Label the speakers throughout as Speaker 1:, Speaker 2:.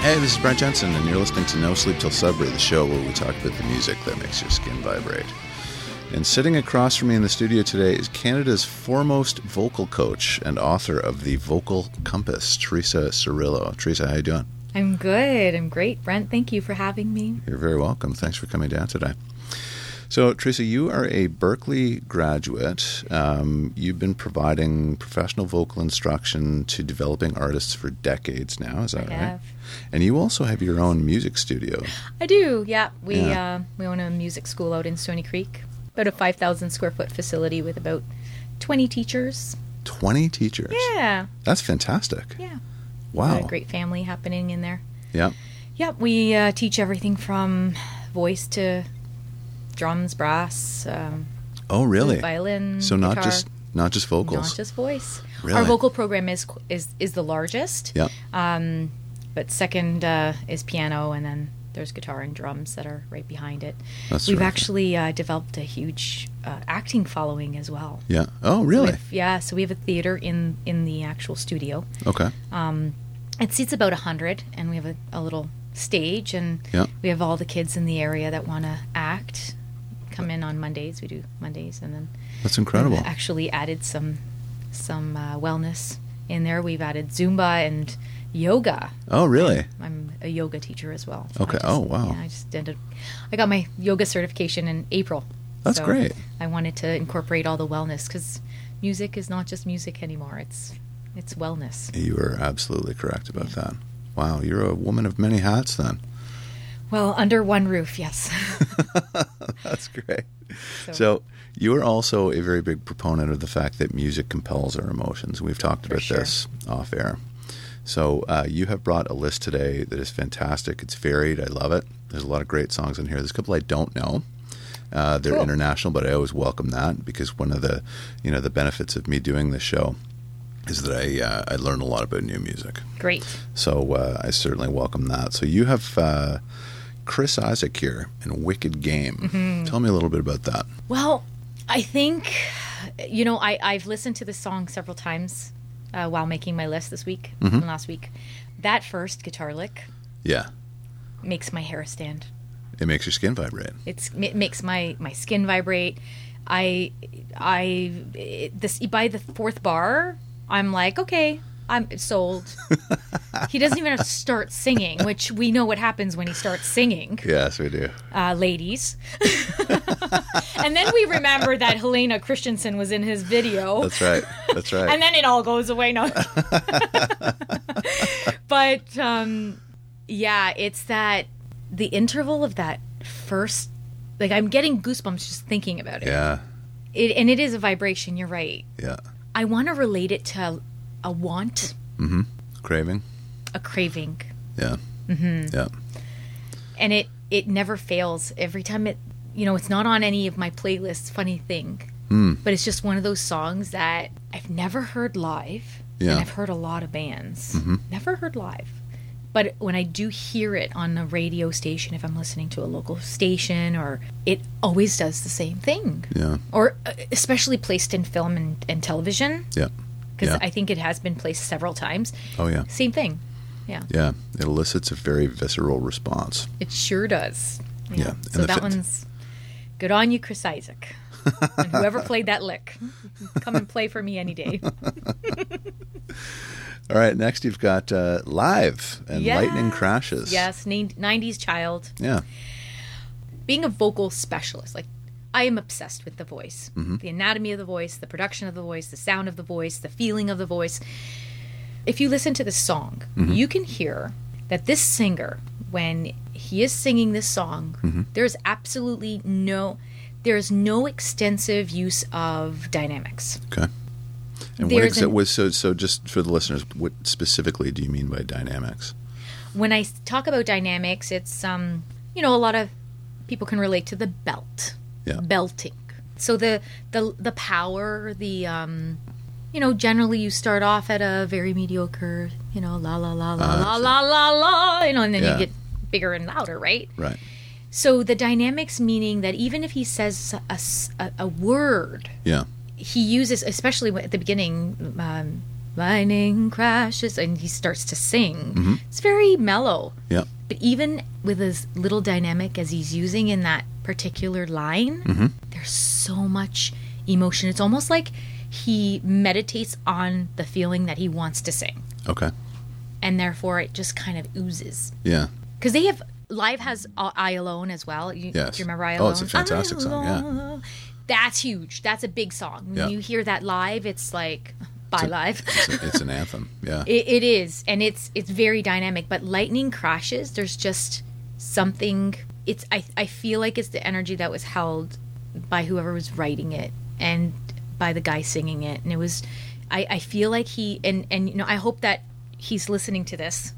Speaker 1: Hey, this is Brent Jensen, and you're listening to No Sleep Till Sudbury, the show where we talk about the music that makes your skin vibrate. And sitting across from me in the studio today is Canada's foremost vocal coach and author of the Vocal Compass, Teresa Cirillo. Teresa, how you doing?
Speaker 2: I'm good. I'm great, Brent. Thank you for having me.
Speaker 1: You're very welcome. Thanks for coming down today. So, Teresa, you are a Berkeley graduate. Um, you've been providing professional vocal instruction to developing artists for decades now. Is that
Speaker 2: I
Speaker 1: right?
Speaker 2: have.
Speaker 1: And you also have your own music studio.
Speaker 2: I do. Yeah, we
Speaker 1: Yeah.
Speaker 2: Uh, we own a music school out in Stony Creek, about a five thousand square foot facility with about twenty teachers.
Speaker 1: 20 teachers.
Speaker 2: Yeah,
Speaker 1: That's Oh. fantastic.
Speaker 2: yeah.
Speaker 1: Wow.
Speaker 2: Got a great family happening in there.
Speaker 1: Yep.
Speaker 2: Yeah, we uh, teach everything from voice to drums, brass, um,
Speaker 1: Oh, really?
Speaker 2: violin.
Speaker 1: So not
Speaker 2: guitar,
Speaker 1: just not just vocals.
Speaker 2: not just voice.
Speaker 1: Really?
Speaker 2: Our vocal program is qu- is is the largest.
Speaker 1: Yep.
Speaker 2: Um, but second uh, is piano, and then there's guitar and drums that are right behind it.
Speaker 1: That's
Speaker 2: We've
Speaker 1: terrific.
Speaker 2: actually uh, developed a huge uh, acting following as well.
Speaker 1: Yeah. Oh, really?
Speaker 2: We've- yeah, so we have a theater in in the actual studio.
Speaker 1: Okay.
Speaker 2: Um, It seats about hundred, and we have a, a little stage, and
Speaker 1: Yeah.
Speaker 2: we have all the kids in the area that want to act come in on Mondays. We do Mondays, and then
Speaker 1: That's incredible.
Speaker 2: We've actually added some some uh, wellness in there. We've added Zumba and yoga.
Speaker 1: Oh, really?
Speaker 2: I'm a yoga teacher as well. so I
Speaker 1: Okay.
Speaker 2: just-
Speaker 1: Oh, wow.
Speaker 2: yeah, I just ended. I got my yoga certification in April.
Speaker 1: That's
Speaker 2: So
Speaker 1: great.
Speaker 2: I wanted to incorporate all the wellness because music is not just music anymore. It's it's wellness.
Speaker 1: You are absolutely correct about that. Wow, you're a woman of many hats then.
Speaker 2: Well, under one roof, yes.
Speaker 1: That's great. So,
Speaker 2: So-
Speaker 1: you are also a very big proponent of the fact that music compels our emotions. We've talked
Speaker 2: For
Speaker 1: about
Speaker 2: sure.
Speaker 1: this off air. So uh, you have brought a list today that is fantastic. It's varied. I love it. There's a lot of great songs in here. There's a couple I don't know. Uh, they're
Speaker 2: Cool.
Speaker 1: international, but I always welcome that because one of the, you know, the benefits of me doing this show is that I uh, I learn a lot about new music.
Speaker 2: Great.
Speaker 1: So uh, I certainly welcome that. So you have uh, Chris Isaac here in Wicked Game.
Speaker 2: Mm-hmm.
Speaker 1: Tell me a little bit about that.
Speaker 2: Well, I think, you know, I, I've listened to this song several times uh, while making my list this week and last week. That first guitar lick
Speaker 1: Yeah,
Speaker 2: makes my hair stand.
Speaker 1: it makes your skin vibrate.
Speaker 2: It's, it makes my, my skin vibrate. I, I, it, this by the fourth bar, I'm like, okay, I'm sold. he doesn't even have to start singing, which we know what happens when he starts singing
Speaker 1: Yes, we do.
Speaker 2: uh, ladies. and then we remember that Helena Christensen was in his video.
Speaker 1: That's right. That's right.
Speaker 2: And then it all goes away. No. but um, yeah, it's that the interval of that first, like I'm getting goosebumps just thinking about it.
Speaker 1: yeah,
Speaker 2: it and it is a vibration. You're right.
Speaker 1: yeah.
Speaker 2: I want to relate it to a want,
Speaker 1: Craving.
Speaker 2: a craving,
Speaker 1: Yeah. Mm-hmm. Yeah.
Speaker 2: and it it never fails. Every time it, you know, it's not on any of my playlists. Funny thing.
Speaker 1: Hmm.
Speaker 2: but it's just one of those songs that I've never heard live.
Speaker 1: Yeah. Mm-hmm.
Speaker 2: And I've heard a lot of bands. Never heard live. But when I do hear it on a radio station, if I'm listening to a local station, or it always does the same thing.
Speaker 1: Yeah.
Speaker 2: Or uh, especially placed in film and, and television,
Speaker 1: Yeah.
Speaker 2: because
Speaker 1: Yeah.
Speaker 2: I think it has been placed several times.
Speaker 1: Oh yeah.
Speaker 2: Same thing. Yeah,
Speaker 1: Yeah. It elicits a very visceral response.
Speaker 2: it sure does.
Speaker 1: Yeah, and
Speaker 2: So
Speaker 1: the
Speaker 2: that
Speaker 1: fit-
Speaker 2: one's good on you, Chris Isaac. and whoever played that lick, come and play for me any day.
Speaker 1: All right. Next, you've got uh, Live and Lightning
Speaker 2: Yes.
Speaker 1: Crashes.
Speaker 2: Yes, nin- 90s child.
Speaker 1: Yeah.
Speaker 2: Being a vocal specialist, like I am obsessed with the voice, the anatomy of the voice, the production of the voice, the sound of the voice, the feeling of the voice. If you listen to this song, you can hear that this singer, when he is singing this song, there's absolutely no, there's no extensive use of dynamics.
Speaker 1: Okay. And what
Speaker 2: There's
Speaker 1: exa-
Speaker 2: an-
Speaker 1: was so so just for the listeners, what specifically do you mean by dynamics?
Speaker 2: when I s- talk about dynamics, it's um, you know, a lot of people can relate to the belt,
Speaker 1: Yeah.
Speaker 2: belting. So the the the power, the um, you know, generally you start off at a very mediocre, you know, la la la la la la la la, you know, and then
Speaker 1: Ah, Yeah.
Speaker 2: you get bigger and louder, right?
Speaker 1: Right.
Speaker 2: So the dynamics meaning that even if he says a, s- a- a word,
Speaker 1: Yeah.
Speaker 2: he uses, especially when- at the beginning, um, lightning crashes, and he starts to sing.
Speaker 1: Mm-hmm.
Speaker 2: It's very mellow.
Speaker 1: Yeah.
Speaker 2: But even with as little dynamic as he's using in that particular line,
Speaker 1: Mm-hmm.
Speaker 2: there's so much emotion. It's almost like he meditates on the feeling that he wants to sing,
Speaker 1: Okay.
Speaker 2: and therefore it just kind of oozes.
Speaker 1: Yeah.
Speaker 2: Because they have live has uh, "I Alone" as well. You,
Speaker 1: Yes.
Speaker 2: Do you remember "I
Speaker 1: Oh,
Speaker 2: Alone"?
Speaker 1: it's a fantastic
Speaker 2: I
Speaker 1: song, yeah.
Speaker 2: Alone. That's huge. That's a big song. When
Speaker 1: Yeah.
Speaker 2: you hear that live, it's like bye live.
Speaker 1: It's, a- it's an anthem. Yeah.
Speaker 2: It, it is, and it's it's very dynamic. But lightning crashes. There's just something. It's I I feel like it's the energy that was held by whoever was writing it and by the guy singing it, and it was. I I feel like he and and you know I hope that he's listening to this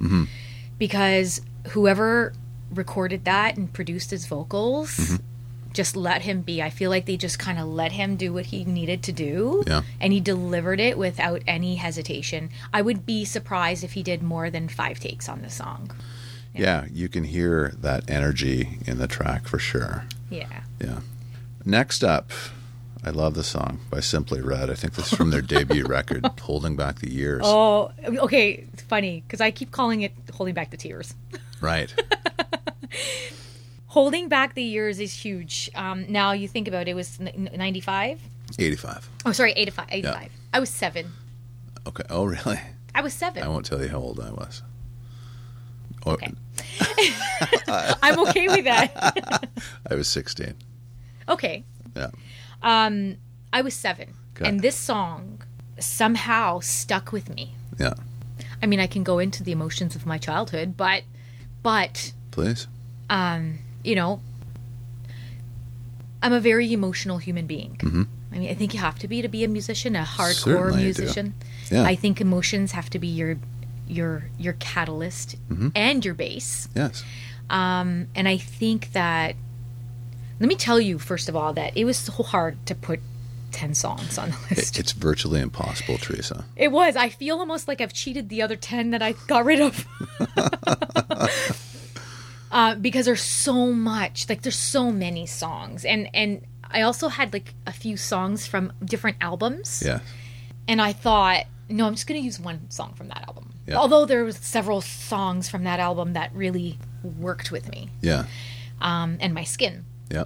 Speaker 2: because whoever recorded that and produced his vocals.
Speaker 1: Mm-hmm.
Speaker 2: Just let him be. I feel like they just kind of let him do what he needed to do
Speaker 1: Yeah.
Speaker 2: and he delivered it without any hesitation. I would be surprised if he did more than five takes on the song.
Speaker 1: yeah. You can hear that energy in the track for sure.
Speaker 2: Yeah.
Speaker 1: Yeah. Next up, I love the song by Simply Red. I think this is from their debut record, Holding Back the Years.
Speaker 2: Oh, okay. It's funny because I keep calling it holding back the tears.
Speaker 1: Right.
Speaker 2: Holding back the years is huge. Um, now you think about it, it was n- n- 95.
Speaker 1: 85.
Speaker 2: Oh, sorry, 85. 85. I was seven.
Speaker 1: Okay. Oh, really?
Speaker 2: I was
Speaker 1: I
Speaker 2: seven.
Speaker 1: won't tell you how old I was. Oh,
Speaker 2: Okay. I'm okay with that.
Speaker 1: I was 16.
Speaker 2: Okay.
Speaker 1: Yeah.
Speaker 2: I was seven.
Speaker 1: Okay.
Speaker 2: And this song somehow stuck with me.
Speaker 1: Yeah.
Speaker 2: I mean, I can go into the emotions of my childhood, but, but,
Speaker 1: Please.
Speaker 2: you know, I'm a very emotional human being. I mean, I think you have to be to be a musician, a hardcore
Speaker 1: Mm-hmm. Certainly you do.
Speaker 2: musician.
Speaker 1: Yeah.
Speaker 2: I think emotions have to be your, your, your catalyst
Speaker 1: Mm-hmm.
Speaker 2: and your base.
Speaker 1: Yes.
Speaker 2: And I think that, let me tell you, first of all, that it was so hard to put 10 songs on the list.
Speaker 1: It's virtually impossible, Teresa.
Speaker 2: It was. I feel almost like I've cheated the other 10 that I got rid of. uh, because there's so much, like there's so many songs. And and I also had like a few songs from different albums.
Speaker 1: Yes.
Speaker 2: And I thought, no, I'm just going to use one song from that album.
Speaker 1: Yeah.
Speaker 2: Although there was several songs from that album that really worked with me
Speaker 1: Yeah.
Speaker 2: um, and my skin.
Speaker 1: Yeah.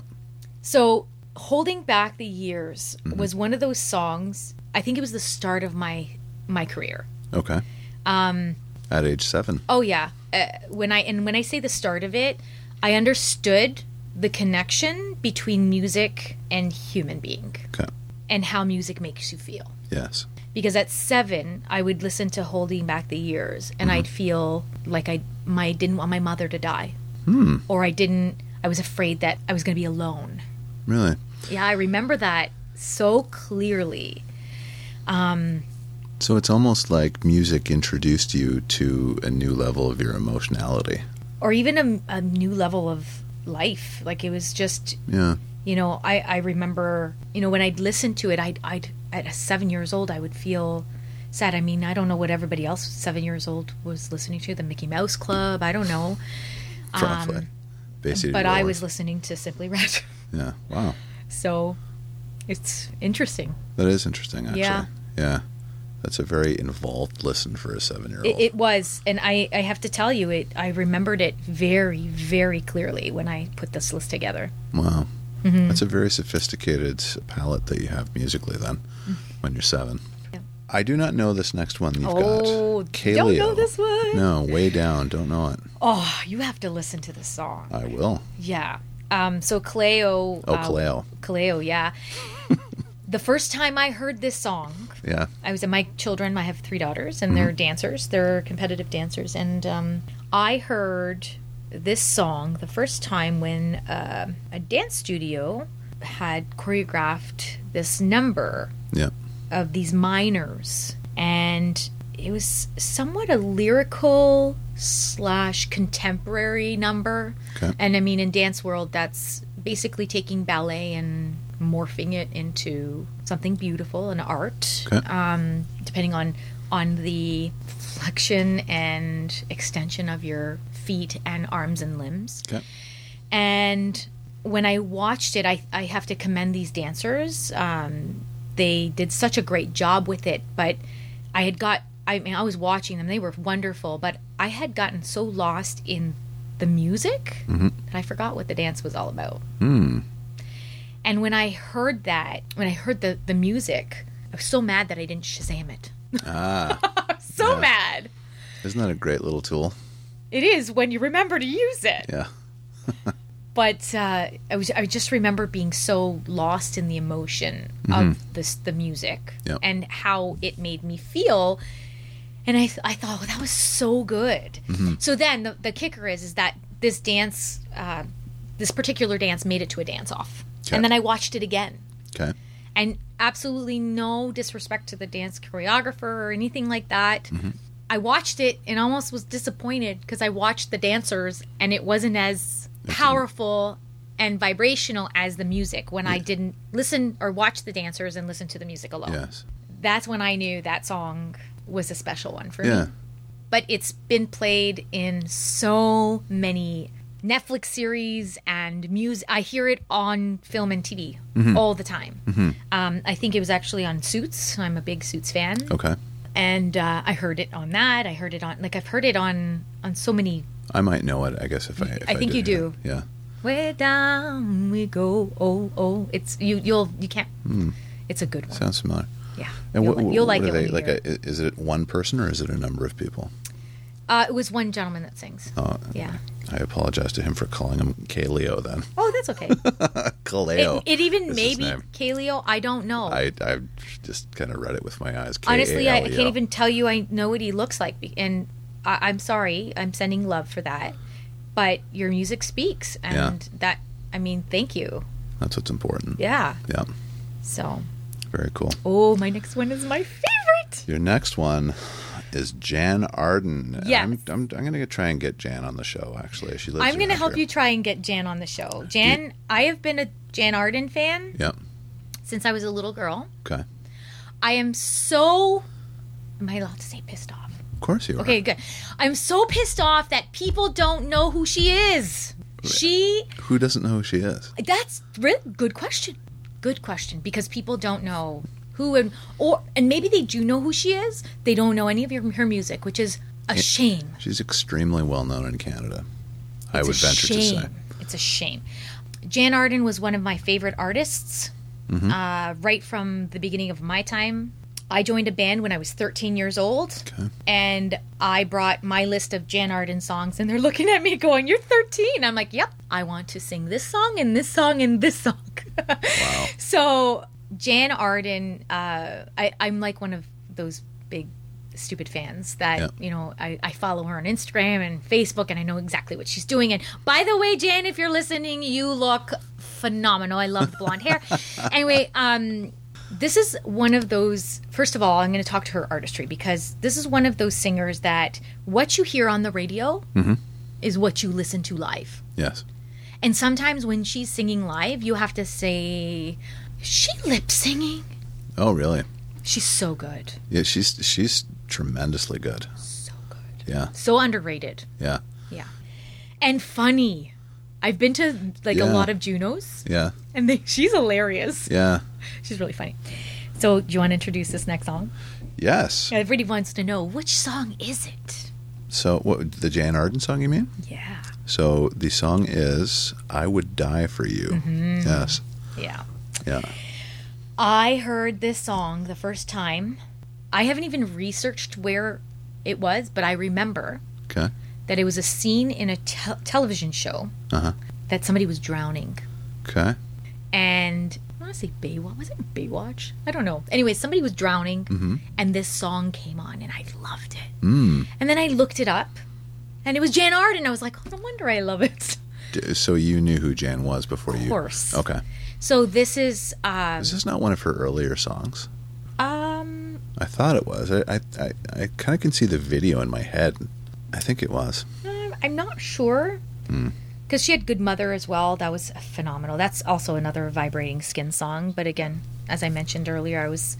Speaker 2: So, Holding Back the Years was one of those songs. I think it was the start of my my career.
Speaker 1: Okay. Um, At age seven.
Speaker 2: Oh yeah. Uh, when I and when I say the start of it, I understood the connection between music and human being
Speaker 1: Okay.
Speaker 2: and how music makes you feel.
Speaker 1: Yes.
Speaker 2: Because at 7, I would listen to Holding Back the Years and I'd feel like I my didn't want my mother to die. Or I didn't I was afraid that I was going to be alone.
Speaker 1: Really?
Speaker 2: Yeah, I remember that so clearly.
Speaker 1: So it's almost like music introduced you to a new level of your emotionality.
Speaker 2: Or even a, a new level of life. Like it was just
Speaker 1: Yeah.
Speaker 2: you know i i remember you know when i'd listen to it i'd i'd at seven years old i would feel sad i mean i don't know what everybody else seven years old was listening to the mickey mouse club i don't know
Speaker 1: Probably. Basically.
Speaker 2: Um, but i was listening to simply red
Speaker 1: Yeah. Wow.
Speaker 2: so it's interesting
Speaker 1: That is interesting, actually.
Speaker 2: Yeah.
Speaker 1: Yeah. That's a very involved listen for a seven year
Speaker 2: it,
Speaker 1: old.
Speaker 2: it was and i i have to tell you it i remembered it very very clearly when i put this list together
Speaker 1: Wow.
Speaker 2: Mm-hmm.
Speaker 1: That's a very sophisticated palette that you have musically then
Speaker 2: Mm.
Speaker 1: when you're seven.
Speaker 2: Yeah.
Speaker 1: I do not know this next one you've got.
Speaker 2: Oh, don't know
Speaker 1: Kaleo.
Speaker 2: this one.
Speaker 1: No, way down. Don't know it.
Speaker 2: oh you have to listen to this song
Speaker 1: I will.
Speaker 2: Yeah. Um, so Kaleo.
Speaker 1: Oh,
Speaker 2: uh,
Speaker 1: Kaleo.
Speaker 2: Kaleo, yeah. the first time I heard this song,
Speaker 1: Yeah.
Speaker 2: I was at my children. I have three daughters, and
Speaker 1: Mm-hmm.
Speaker 2: they're dancers. They're competitive dancers, and um, I heard this song the first time when uh, a dance studio had choreographed this number
Speaker 1: Yeah.
Speaker 2: of these minors and it was somewhat a lyrical slash contemporary number
Speaker 1: Okay.
Speaker 2: and i mean in dance world that's basically taking ballet and morphing it into something beautiful an art
Speaker 1: Okay.
Speaker 2: um, depending on on the flexion and extension of your feet and arms and limbs
Speaker 1: Okay.
Speaker 2: and when I watched it, I, I have to commend these dancers. Um, they did such a great job with it, but I had got I mean I was watching them they were wonderful but I had gotten so lost in the music that I forgot what the dance was all about. And when I heard that, when I heard the the music, I was so mad that I didn't Shazam it. Ah. so mad.
Speaker 1: Isn't that a great little tool?
Speaker 2: It is when you remember to use it.
Speaker 1: Yeah.
Speaker 2: But uh, I was I just remember being so lost in the emotion of this the music
Speaker 1: Yep.
Speaker 2: and how it made me feel. And I, I thought, oh, that was so good. So then the, the kicker is is that this dance, uh, this particular dance, made it to a dance off,
Speaker 1: Okay.
Speaker 2: and then I watched it again
Speaker 1: Okay.
Speaker 2: and absolutely no disrespect to the dance choreographer or anything like that. I watched it and almost was disappointed because I watched the dancers and it wasn't as powerful and vibrational as the music when I didn't listen or watch the dancers and listen to the music alone.
Speaker 1: Yes.
Speaker 2: That's when I knew that song was a special one for
Speaker 1: Yeah.
Speaker 2: me. But it's been played in so many Netflix series and music. I hear it on film and TV
Speaker 1: Mm-hmm.
Speaker 2: all the time. Um, I think it was actually on Suits. I'm a big Suits fan,
Speaker 1: Okay.
Speaker 2: and uh, I heard it on that. I heard it on like I've heard it on on so many.
Speaker 1: I might know it. I guess if I. If
Speaker 2: I think
Speaker 1: did
Speaker 2: you
Speaker 1: hear it. Yeah.
Speaker 2: Way down we go. Oh oh, it's you. You'll you can't. It's a good one.
Speaker 1: Sounds familiar.
Speaker 2: yeah,
Speaker 1: Hmm. And
Speaker 2: you'll,
Speaker 1: what,
Speaker 2: you'll
Speaker 1: what
Speaker 2: like
Speaker 1: are
Speaker 2: it.
Speaker 1: they-
Speaker 2: when you
Speaker 1: like,
Speaker 2: hear it.
Speaker 1: a, i- is it one person or is it a number of people?
Speaker 2: Uh, it was one gentleman that sings.
Speaker 1: Oh,
Speaker 2: Yeah.
Speaker 1: I apologize to him for calling him Kaleo then.
Speaker 2: Oh, that's okay.
Speaker 1: Kaleo.
Speaker 2: it, it even
Speaker 1: is his
Speaker 2: maybe
Speaker 1: name.
Speaker 2: Kaleo. I don't know.
Speaker 1: I, I just kind of read it with my eyes.
Speaker 2: Honestly, I, I
Speaker 1: K-A-L-E-O.
Speaker 2: can't even tell you. I know what he looks like, be- and I, I'm sorry. I'm sending love for that, but your music speaks, and that. I mean, thank you.
Speaker 1: That's what's important.
Speaker 2: Yeah.
Speaker 1: Yeah.
Speaker 2: So,
Speaker 1: Very cool.
Speaker 2: oh, my next one is my favorite.
Speaker 1: Your next one is Jan Arden. And
Speaker 2: Yes.
Speaker 1: I'm, I'm, I'm going to try and get Jan on the show, actually. She lives
Speaker 2: I'm going to
Speaker 1: around
Speaker 2: help
Speaker 1: here.
Speaker 2: you try and get Jan on the show. Jan, I have been a Jan Arden fan
Speaker 1: Yeah.
Speaker 2: since I was a little girl.
Speaker 1: Okay.
Speaker 2: I am so. Am I allowed to say pissed off?
Speaker 1: Of course you are.
Speaker 2: Okay, good. I'm so pissed off that people don't know who she is. She
Speaker 1: Who doesn't know who she is?
Speaker 2: That's really good question. Good question because people don't know who and or and maybe they do know who she is. They don't know any of her, her music, which is a shame.
Speaker 1: She's extremely well known in Canada. I
Speaker 2: It's
Speaker 1: would
Speaker 2: a
Speaker 1: venture
Speaker 2: shame.
Speaker 1: to say.
Speaker 2: it's a shame. Jan Arden was one of my favorite artists
Speaker 1: Mm-hmm.
Speaker 2: uh, right from the beginning of my time. I joined a band when I was 13 years old,
Speaker 1: Okay.
Speaker 2: and I brought my list of Jan Arden songs, and they're looking at me going, "You're 13." I'm like, "Yep, I want to sing this song and this song and this song." wow. So Jan Arden, uh, I, I'm like one of those big stupid fans that
Speaker 1: Yeah.
Speaker 2: you know I, I follow her on Instagram and Facebook, and I know exactly what she's doing. And by the way, Jan, if you're listening, you look phenomenal. I love the blonde hair. Anyway, um, this is one of those first of all i'm going to talk to her artistry because this is one of those singers that what you hear on the radio is what you listen to live
Speaker 1: Yes.
Speaker 2: and sometimes when she's singing live you have to say is she lip singing
Speaker 1: Oh, really?
Speaker 2: she's so good
Speaker 1: Yeah, she's she's tremendously good.
Speaker 2: so good
Speaker 1: Yeah,
Speaker 2: so underrated
Speaker 1: yeah,
Speaker 2: yeah and funny i've been to like
Speaker 1: Yeah.
Speaker 2: a lot of junos
Speaker 1: yeah,
Speaker 2: and they, she's hilarious
Speaker 1: yeah.
Speaker 2: she's really funny so do you want to introduce this next song
Speaker 1: Yes.
Speaker 2: everybody wants to know which song is it
Speaker 1: So, what the Jan Arden song? You mean?
Speaker 2: yeah
Speaker 1: So the song is "I Would Die for You."
Speaker 2: Mm-hmm.
Speaker 1: Yes.
Speaker 2: Yeah.
Speaker 1: Yeah.
Speaker 2: I heard this song the first time. I haven't even researched where it was, but I remember
Speaker 1: Okay.
Speaker 2: that it was a scene in a tel television show
Speaker 1: Uh huh.
Speaker 2: that somebody was drowning.
Speaker 1: Okay.
Speaker 2: And I want to say Baywatch. Was it Baywatch? I don't know. Anyway, somebody was drowning and this song came on and I loved it.
Speaker 1: Mm.
Speaker 2: And then I looked it up and it was Jan Arden. I was like, oh, no wonder I love it.
Speaker 1: D- So you knew who Jan was before you?
Speaker 2: Of course.
Speaker 1: Okay.
Speaker 2: So this is, um,
Speaker 1: Is this not one of her earlier songs?
Speaker 2: um,
Speaker 1: I thought it was. I I, I, I kind of can see the video in my head. I think it was.
Speaker 2: Um, I'm not sure.
Speaker 1: Hmm.
Speaker 2: Because she had Good Mother as well. That was phenomenal. That's also another vibrating skin song. But again, as I mentioned earlier, I was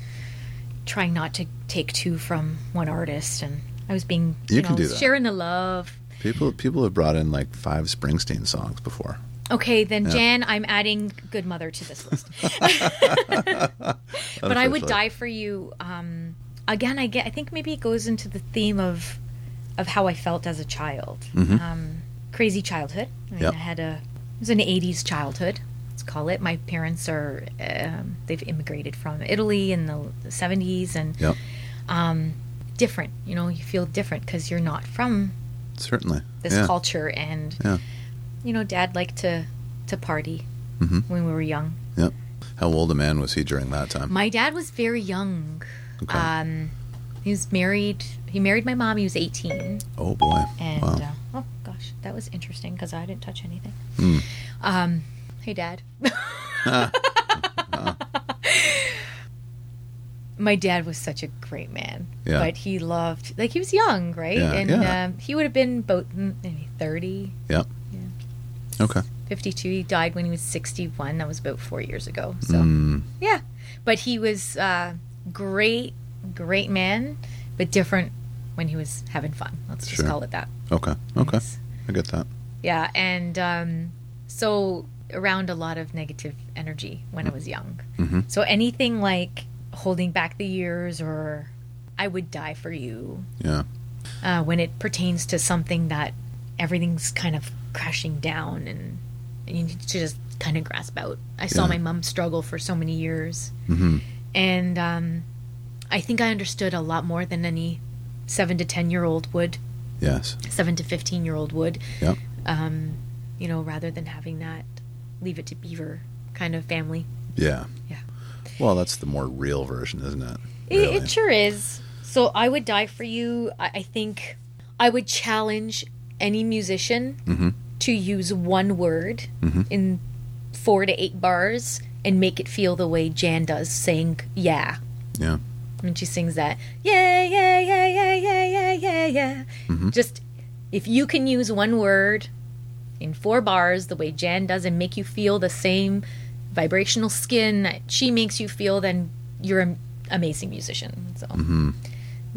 Speaker 2: trying not to take two from one artist. And I was being, you,
Speaker 1: You
Speaker 2: know,
Speaker 1: can do that.
Speaker 2: sharing the love.
Speaker 1: People people have brought in like five Springsteen songs before.
Speaker 2: Okay, then Jan, I'm adding Good Mother to this list. but I would
Speaker 1: Unfortunately.
Speaker 2: die for you. Um, again, I get. I think maybe it goes into the theme of of how I felt as a child.
Speaker 1: Mm-hmm.
Speaker 2: Um, crazy childhood. I mean,
Speaker 1: Yep.
Speaker 2: I had a it was an '80s childhood. Let's call it. My parents are um, they've immigrated from Italy in the '70s and um,
Speaker 1: Yep.
Speaker 2: different. You know, you feel different because you're not from
Speaker 1: Certainly.
Speaker 2: this
Speaker 1: yeah.
Speaker 2: culture and
Speaker 1: Yeah.
Speaker 2: you know dad liked to to party
Speaker 1: Mhm.
Speaker 2: when we were young
Speaker 1: Yep. How old a man was he during that time?
Speaker 2: my dad was very young
Speaker 1: Okay.
Speaker 2: um he was married he married my mom he was 18
Speaker 1: oh boy.
Speaker 2: and
Speaker 1: wow.
Speaker 2: uh, oh gosh that was interesting because i didn't touch anything um hey dad
Speaker 1: Hmm.
Speaker 2: my dad was such a great man
Speaker 1: Yeah.
Speaker 2: but he loved like he was young right
Speaker 1: Yeah,
Speaker 2: and
Speaker 1: yeah.
Speaker 2: Um, he would have been about mm, maybe 30
Speaker 1: Yep. Okay.
Speaker 2: 52 he died when he was 61 that was about four years ago so
Speaker 1: Mm. Hmm.
Speaker 2: yeah but he was uh, great great man but different when he was having fun let's just
Speaker 1: Sure.
Speaker 2: call it that
Speaker 1: Okay. Okay.
Speaker 2: Yes.
Speaker 1: I get that.
Speaker 2: yeah and um, so around a lot of negative energy when i was young
Speaker 1: Mm-hmm.
Speaker 2: so anything like holding back the years or i would die for you
Speaker 1: Yeah.
Speaker 2: uh, when it pertains to something that everything's kind of crashing down and, and you need to just kind of grasp out. I saw
Speaker 1: Yeah.
Speaker 2: my mom struggle for so many years.
Speaker 1: Mm-hmm.
Speaker 2: And um, I think I understood a lot more than any seven to 10 year old would,
Speaker 1: Yes.
Speaker 2: seven to 15 year old would,
Speaker 1: Yep.
Speaker 2: you know, rather than having that leave it to beaver kind of family.
Speaker 1: Yeah.
Speaker 2: Yeah.
Speaker 1: Well, that's the more real version, isn't it?
Speaker 2: It, it sure is. So I would die for you. I, I think I would challenge any musician to use one word in four to eight bars and make it feel the way Jan does saying yeah
Speaker 1: yeah.
Speaker 2: when she sings that yeah yeah yeah yeah yeah yeah yeah yeah. Just if you can use one word in four bars the way Jan does and make you feel the same vibrational skin that she makes you feel, then you're an amazing musician. So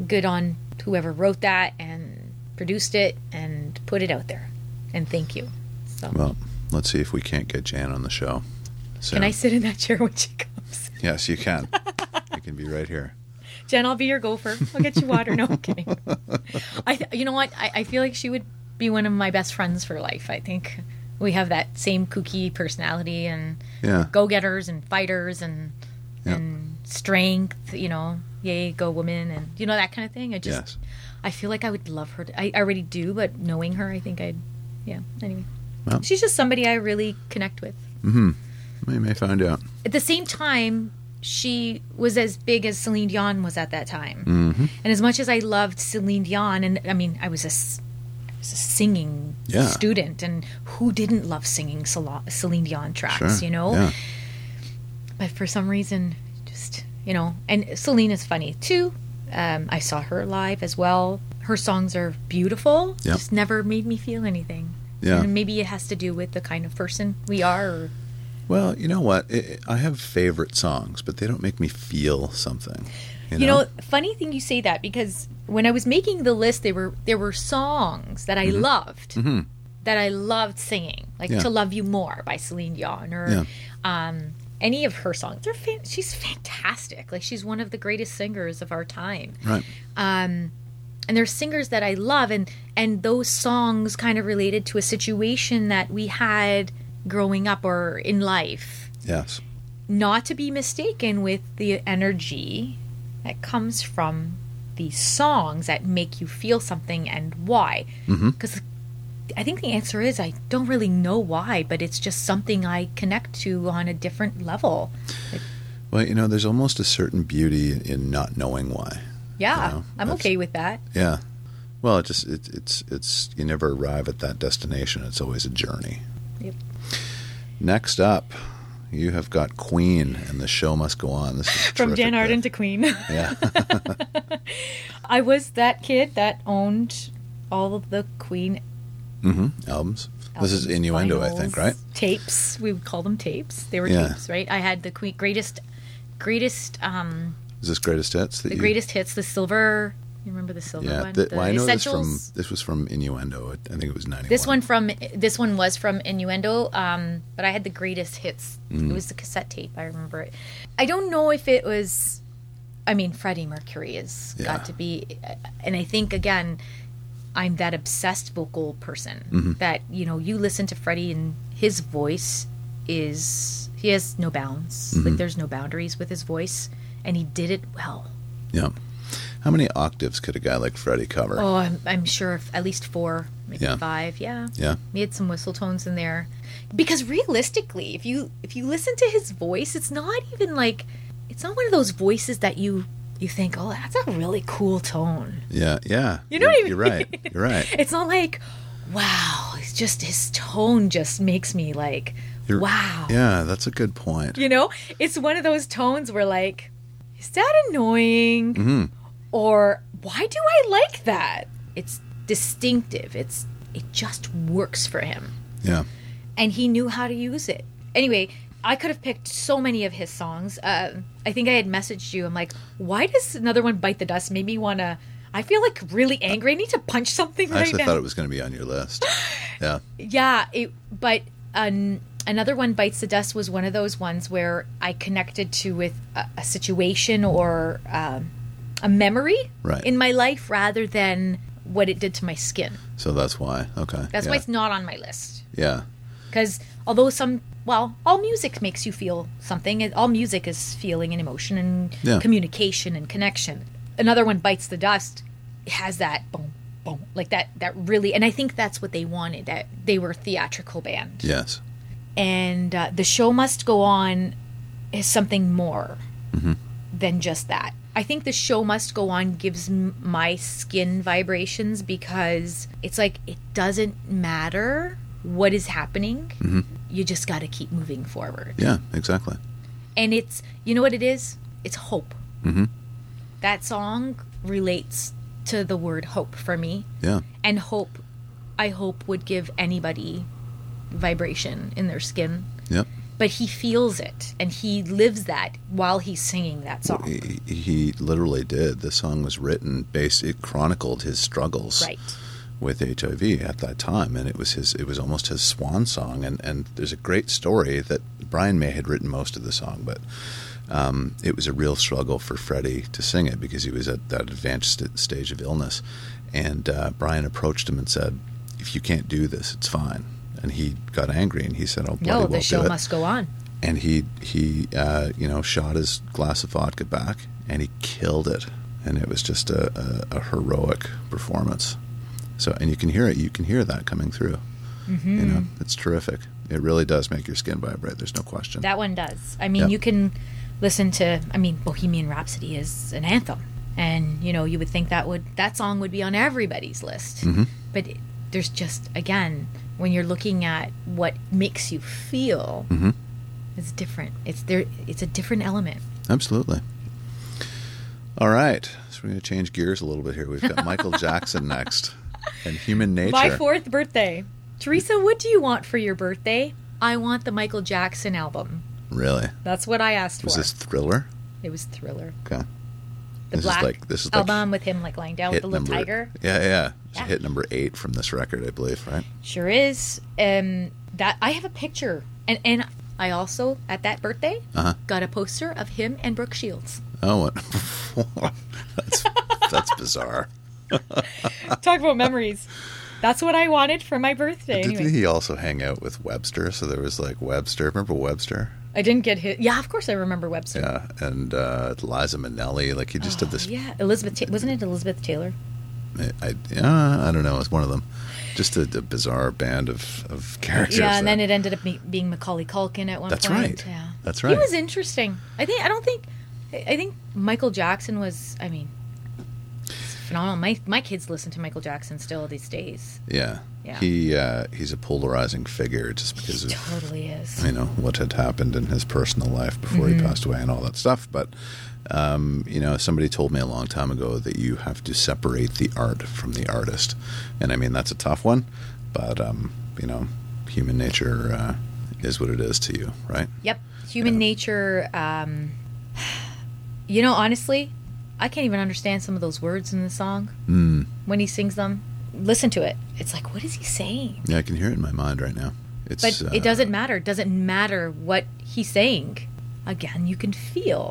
Speaker 2: good on whoever wrote that and produced it and put it out there. And thank you. So
Speaker 1: Well, let's see if we can't get Jan on the show.
Speaker 2: can
Speaker 1: soon.
Speaker 2: I sit in that chair when she comes?
Speaker 1: Yes, you can. you can be right here.
Speaker 2: Jen, I'll be your gopher. I'll get you water. No, I'm kidding. I, th- you know what? I, I feel like she would be one of my best friends for life. I think we have that same kooky personality and
Speaker 1: Yeah.
Speaker 2: go-getters and fighters and
Speaker 1: Yeah.
Speaker 2: and strength. You know, yay, go woman, and you know that kind of thing. I just,
Speaker 1: Yes.
Speaker 2: I feel like I would love her. To, I already do, but knowing her, I think I'd, yeah. Anyway,
Speaker 1: Well.
Speaker 2: she's just somebody I really connect with
Speaker 1: We may find out.
Speaker 2: at the same time, she was as big as Celine Dion was at that time.
Speaker 1: Mm-hmm.
Speaker 2: And as much as I loved Celine Dion, and I mean, I was a, s- I was a singing
Speaker 1: Yeah.
Speaker 2: student, and who didn't love singing Cel- Celine Dion
Speaker 1: Sure.
Speaker 2: tracks, you know?
Speaker 1: Yeah.
Speaker 2: But for some reason, just, you know, and Celine is funny too. Um, I saw her live as well. Her songs are beautiful,
Speaker 1: Yep.
Speaker 2: just never made me feel anything.
Speaker 1: Yeah.
Speaker 2: And maybe it has to do with the kind of person we are. Or,
Speaker 1: Well, you know what? I I have favorite songs, but they don't make me feel something. You know?
Speaker 2: You know, funny thing you say that because when I was making the list, there were there were songs that I loved that I loved singing, like
Speaker 1: Mm-hmm. Yeah.
Speaker 2: "To Love You More" by Celine Dion or
Speaker 1: Yeah.
Speaker 2: um, any of her songs. They're fan- she's fantastic. Like she's one of the greatest singers of our time.
Speaker 1: Right.
Speaker 2: And there's singers that I love, and and those songs kind of related to a situation that we had growing up or in life
Speaker 1: Yes.
Speaker 2: not to be mistaken with the energy that comes from these songs that make you feel something and why.
Speaker 1: Mm-hmm.
Speaker 2: Because I think the answer is I don't really know why, but it's just something I connect to on a different level.
Speaker 1: Well, you know, there's almost a certain beauty in not knowing why.
Speaker 2: Yeah,
Speaker 1: You know,
Speaker 2: I'm
Speaker 1: that's-
Speaker 2: okay with that.
Speaker 1: Yeah. Well, it just it, it's it's you never arrive at that destination. It's always a journey.
Speaker 2: Yep.
Speaker 1: Next up, you have got Queen, and the show must go on. This is
Speaker 2: From
Speaker 1: terrific,
Speaker 2: Jan Arden
Speaker 1: Dave.
Speaker 2: to Queen.
Speaker 1: yeah,
Speaker 2: I was that kid that owned all of the Queen.
Speaker 1: albums. This is
Speaker 2: albums,
Speaker 1: innuendo, I think,
Speaker 2: vinyls,
Speaker 1: right?
Speaker 2: Tapes. We would call them tapes. They were
Speaker 1: Yeah.
Speaker 2: tapes, right? I had the Queen greatest, greatest um,
Speaker 1: Is this greatest hits? That
Speaker 2: The
Speaker 1: you,
Speaker 2: greatest hits, the silver. You remember the silver
Speaker 1: Yeah.
Speaker 2: one?
Speaker 1: th-
Speaker 2: the
Speaker 1: well, I know this from this was from innuendo. I think it was ninety.
Speaker 2: This one from this one was from Innuendo, um, but I had
Speaker 1: Mm.
Speaker 2: the greatest hits. It was the cassette tape. I remember it. I don't know if it was I mean, Freddie Mercury has
Speaker 1: Yeah.
Speaker 2: got to be, and I think again, I'm that obsessed vocal person
Speaker 1: Mm-hmm.
Speaker 2: that you know you listen to Freddie and his voice is he has no bounds.
Speaker 1: Mm-hmm.
Speaker 2: Like there's no boundaries with his voice, and he did it well.
Speaker 1: Yeah. How many octaves could a guy like Freddie cover?
Speaker 2: Oh, I'm, I'm sure if at least four, maybe
Speaker 1: Yeah.
Speaker 2: five. Yeah.
Speaker 1: Yeah.
Speaker 2: He had some whistle tones in there. Because realistically, if you if you listen to his voice, it's not even like it's not one of those voices that you you think, "Oh, that's a really cool tone."
Speaker 1: Yeah. Yeah.
Speaker 2: You know what I
Speaker 1: You're
Speaker 2: mean?
Speaker 1: right. You're right.
Speaker 2: It's not like, "Wow, it's just his tone just makes me like,
Speaker 1: You're-
Speaker 2: wow."
Speaker 1: Yeah, that's a good point.
Speaker 2: You know, it's one of those tones where like, "Is that annoying?"
Speaker 1: Mhm.
Speaker 2: or why do I like that? It's distinctive. It's it just works for him.
Speaker 1: Yeah.
Speaker 2: And he knew how to use it. Anyway, I could have picked so many of his songs. Uh, I think I had messaged you. I'm like, why does another one bite the dust make me want to? I feel like really angry. I need to punch something
Speaker 1: I
Speaker 2: right
Speaker 1: actually
Speaker 2: now.
Speaker 1: thought it was going to be on your list. Yeah.
Speaker 2: Yeah, it, but an, another one, Bites the Dust, was one of those ones where I connected to with a, a situation or um, a memory
Speaker 1: Right.
Speaker 2: in my life rather than what it did to my skin.
Speaker 1: So that's why. Okay.
Speaker 2: That's
Speaker 1: yeah.
Speaker 2: why it's not on my list.
Speaker 1: Yeah.
Speaker 2: Because although some, well, all music makes you feel something, and all music is feeling and emotion and
Speaker 1: Yeah.
Speaker 2: communication and connection. Another one, Bites the Dust, has that boom, boom, like that, that really, and I think that's what they wanted, that they were a theatrical band
Speaker 1: Yes.
Speaker 2: and uh, the show must go on is something more than just that. I think the show must go on gives m- my skin vibrations because it's like it doesn't matter what is happening. You just got to keep moving forward.
Speaker 1: Yeah. Exactly.
Speaker 2: And it's you know what it is? It's hope. That song relates to the word hope for me
Speaker 1: Yeah.
Speaker 2: and hope I hope would give anybody vibration in their skin
Speaker 1: Yep.
Speaker 2: but he feels it and he lives that while he's singing that song.
Speaker 1: He, he literally did. The song was written based. It chronicled his struggles
Speaker 2: Right.
Speaker 1: with HIV at that time, and it was his. It was almost his swan song. And and there's a great story that Brian May had written most of the song, but um, it was a real struggle for Freddie to sing it because he was at that advanced st- stage of illness. And uh, Brian approached him and said, "If you can't do this, it's fine." And he got angry and he said, "Oh, bloody
Speaker 2: No,
Speaker 1: well
Speaker 2: the show
Speaker 1: do it."
Speaker 2: must go on.
Speaker 1: and he he uh, you know shot his glass of vodka back and he killed it and it was just a, a, a heroic performance so and you can hear it you can hear that coming through
Speaker 2: Mm-hmm.
Speaker 1: you know it's terrific it really does make your skin vibrate there's no question
Speaker 2: That one does. I mean,
Speaker 1: Yeah.
Speaker 2: you can listen to. I mean, Bohemian Rhapsody is an anthem, and you know you would think that would that song would be on everybody's list,
Speaker 1: Mm-hmm.
Speaker 2: but it, there's just again when you're looking at what makes you feel,
Speaker 1: Mm-hmm.
Speaker 2: it's different. It's there. It's a different element.
Speaker 1: absolutely all right so we're going to change gears a little bit here we've got michael jackson next and human nature
Speaker 2: My fourth birthday, Teresa. What do you want for your birthday? I want the Michael Jackson album.
Speaker 1: really
Speaker 2: That's what I asked
Speaker 1: was
Speaker 2: for.
Speaker 1: this thriller
Speaker 2: It was Thriller.
Speaker 1: okay
Speaker 2: The
Speaker 1: This is
Speaker 2: black
Speaker 1: like- this is like
Speaker 2: album with him like lying down with Oh, the little
Speaker 1: number
Speaker 2: tiger.
Speaker 1: yeah yeah, It's
Speaker 2: Yeah.
Speaker 1: hit number eight from this record i believe right
Speaker 2: Sure is. Um, that I have a picture, and and I also at that birthday
Speaker 1: Uh-huh.
Speaker 2: got a poster of him and Brooke Shields.
Speaker 1: Oh, what? that's that's bizarre.
Speaker 2: Talk about memories. That's what I wanted for my birthday.
Speaker 1: Did
Speaker 2: Anyway,
Speaker 1: he also hang out with Webster? So there was like Webster. Remember Webster?
Speaker 2: I didn't get hit. Yeah, of course I remember Webster.
Speaker 1: Yeah, and uh, Liza Minnelli. Like he just did this. eh,
Speaker 2: Yeah, Elizabeth. Ta- wasn't it Elizabeth Taylor? Um.
Speaker 1: I, I, I don't know. It's one of them. Just a, a bizarre band of of characters.
Speaker 2: yeah, and
Speaker 1: there.
Speaker 2: then it ended up me- being Macaulay Culkin at one
Speaker 1: That's
Speaker 2: point.
Speaker 1: right.
Speaker 2: Yeah,
Speaker 1: That's
Speaker 2: He
Speaker 1: right.
Speaker 2: was interesting. I think. I don't think. I I think Michael Jackson was. I mean, it's phenomenal. My my kids listen to Michael Jackson still these days.
Speaker 1: yeah.
Speaker 2: Yeah.
Speaker 1: He uh, he's a polarizing figure just because
Speaker 2: He
Speaker 1: of
Speaker 2: totally is.
Speaker 1: you know what had happened in his personal life before he
Speaker 2: Mm-hmm.
Speaker 1: passed away and all that stuff but um, you know somebody told me a long time ago that you have to separate the art from the artist and i mean that's a tough one but um, you know human nature uh, is what it is to you right
Speaker 2: Yep. Human nature. Um, you know, honestly, I can't even understand some of those words in the song
Speaker 1: Hmm.
Speaker 2: when he sings them. Listen to it. It's like, what is he saying?
Speaker 1: yeah i can hear it in my mind right now it's
Speaker 2: But
Speaker 1: uh,
Speaker 2: it doesn't matter. It doesn't matter what he's saying. Again, you can feel.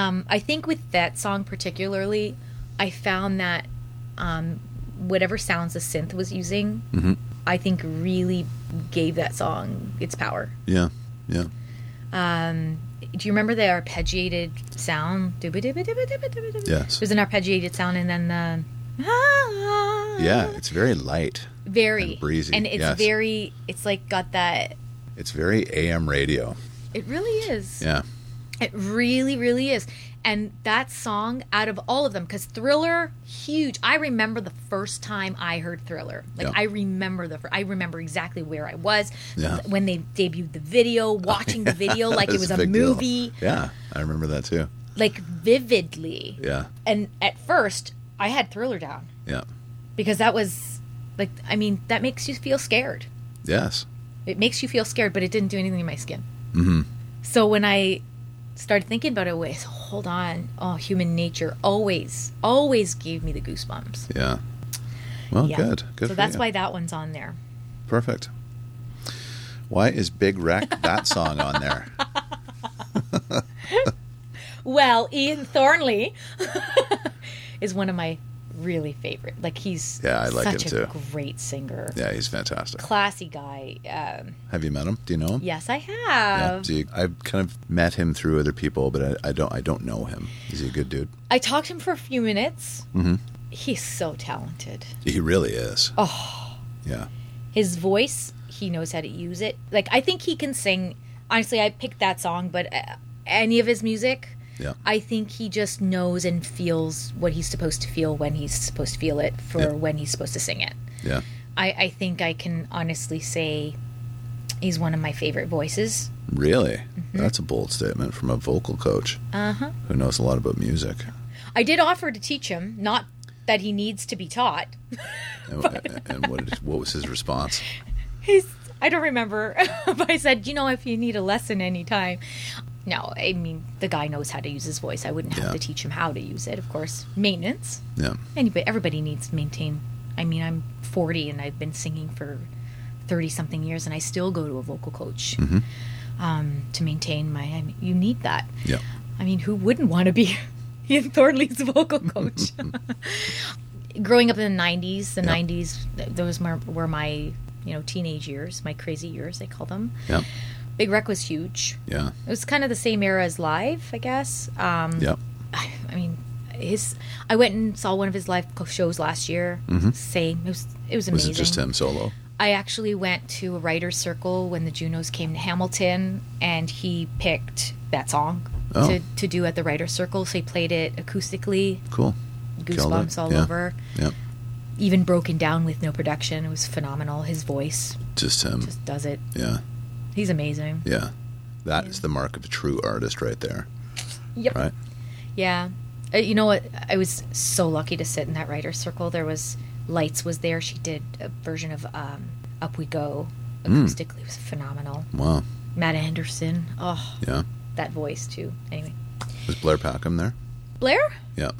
Speaker 2: Um, I think with that song particularly, I found that um, whatever sounds the synth was using, I think really gave that song its power.
Speaker 1: Yeah. Yeah.
Speaker 2: Do you remember the arpeggiated sound? Dooba-dooba-dooba-dooba-dooba-dooba.
Speaker 1: Yes.
Speaker 2: There's an arpeggiated sound and then the.
Speaker 1: Yeah. It's very light.
Speaker 2: Very.
Speaker 1: And breezy,
Speaker 2: And it's
Speaker 1: yes.
Speaker 2: very, it's like got that.
Speaker 1: It's very AM radio.
Speaker 2: It really is.
Speaker 1: Yeah.
Speaker 2: It really, really is. And that song, out of all of them, because Thriller, huge. I remember the first time I heard Thriller. Like
Speaker 1: Yeah.
Speaker 2: I remember the, fir- I remember exactly where I was
Speaker 1: Yeah.
Speaker 2: when they debuted the video, watching the video like it
Speaker 1: That's
Speaker 2: was
Speaker 1: a
Speaker 2: a,
Speaker 1: big deal.
Speaker 2: movie,
Speaker 1: Yeah. I remember that too.
Speaker 2: like vividly.
Speaker 1: Yeah.
Speaker 2: And at first, I had Thriller down
Speaker 1: Yeah.
Speaker 2: because that was, like, I mean, that makes you feel scared.
Speaker 1: Yes.
Speaker 2: It makes you feel scared, but it didn't do anything to my skin. Mm-hmm. So when I started thinking about it, I was hold on. Oh, human nature always, always gave me the goosebumps.
Speaker 1: Yeah. Well, Oh, good. Good.
Speaker 2: so
Speaker 1: for
Speaker 2: that's
Speaker 1: you.
Speaker 2: why that one's on there.
Speaker 1: Perfect. Why is Big Wreck that song on there?
Speaker 2: Well, Ian Thornley is one of my really favorite. Like he's
Speaker 1: Yeah, I like
Speaker 2: such
Speaker 1: him
Speaker 2: a
Speaker 1: too.
Speaker 2: great singer,
Speaker 1: Yeah, he's fantastic.
Speaker 2: classy guy. Um,
Speaker 1: Have you met him? Do you know him?
Speaker 2: yes, I
Speaker 1: Yeah.
Speaker 2: have.
Speaker 1: Is he- I've kind of met him through other people, but I, I don't. I don't know him. Is he a good dude?
Speaker 2: I talked to him for a few minutes.
Speaker 1: Mm-hmm.
Speaker 2: He's so talented.
Speaker 1: He really is. Oh. Yeah.
Speaker 2: his voice he knows how to use it like i think he can sing honestly i picked that song but uh, any of his music
Speaker 1: Yeah.
Speaker 2: i think he just knows and feels what he's supposed to feel when he's supposed to feel it for
Speaker 1: Yeah.
Speaker 2: when he's supposed to sing it
Speaker 1: Yeah.
Speaker 2: I, I think i can honestly say he's one of my favorite voices
Speaker 1: Really.
Speaker 2: Mm-hmm.
Speaker 1: That's a bold statement from a vocal coach
Speaker 2: Uh-huh.
Speaker 1: who knows a lot about music.
Speaker 2: i did offer to teach him not that he needs to be taught
Speaker 1: And, and what, did, what was his response?
Speaker 2: he's i don't remember but i said you know if you need a lesson anytime no i mean the guy knows how to use his voice i wouldn't have
Speaker 1: Yeah.
Speaker 2: to teach him how to use it of course maintenance
Speaker 1: Yeah.
Speaker 2: anybody everybody needs to maintain i mean i'm 40 and i've been singing for 30 something years and i still go to a vocal coach um, to maintain my I mean, you need that
Speaker 1: Yeah.
Speaker 2: I mean, who wouldn't want to be Ian Thornley's vocal coach? Growing up in the '90s, the
Speaker 1: Yeah.
Speaker 2: '90s, th- those were, were my you know teenage years, my crazy years, they call them.
Speaker 1: Yeah.
Speaker 2: Big Wreck was huge.
Speaker 1: Yeah.
Speaker 2: It was kind of the same era as Live, I guess. Um,
Speaker 1: Yeah.
Speaker 2: I, I mean, his. I went and saw one of his live co- shows last year. Same. It was. It Mm-hmm. was
Speaker 1: Was
Speaker 2: amazing.
Speaker 1: it just him solo?
Speaker 2: I actually went to a writer's circle when the Junos came to Hamilton, and he picked that song
Speaker 1: Oh.
Speaker 2: to, to do at the writer's circle. So he played it acoustically,
Speaker 1: Cool. Killed it.
Speaker 2: goosebumps all
Speaker 1: Yeah.
Speaker 2: over,
Speaker 1: Yeah.
Speaker 2: even broken down with no production. It was phenomenal. His voice
Speaker 1: Just him.
Speaker 2: just does it.
Speaker 1: Um, yeah.
Speaker 2: He's amazing.
Speaker 1: Yeah. that is the mark of a true artist right there,
Speaker 2: Yep.
Speaker 1: right?
Speaker 2: Yeah. Uh, You know what? I was so lucky to sit in that writer's circle. There was Lights was there. She did a version of um, Up We Go
Speaker 1: Hmm.
Speaker 2: acoustically. It was phenomenal.
Speaker 1: Wow.
Speaker 2: Matt Anderson. Oh,
Speaker 1: Yeah.
Speaker 2: that voice too. Anyway.
Speaker 1: Was Blair Packham there?
Speaker 2: Blair?
Speaker 1: Yeah.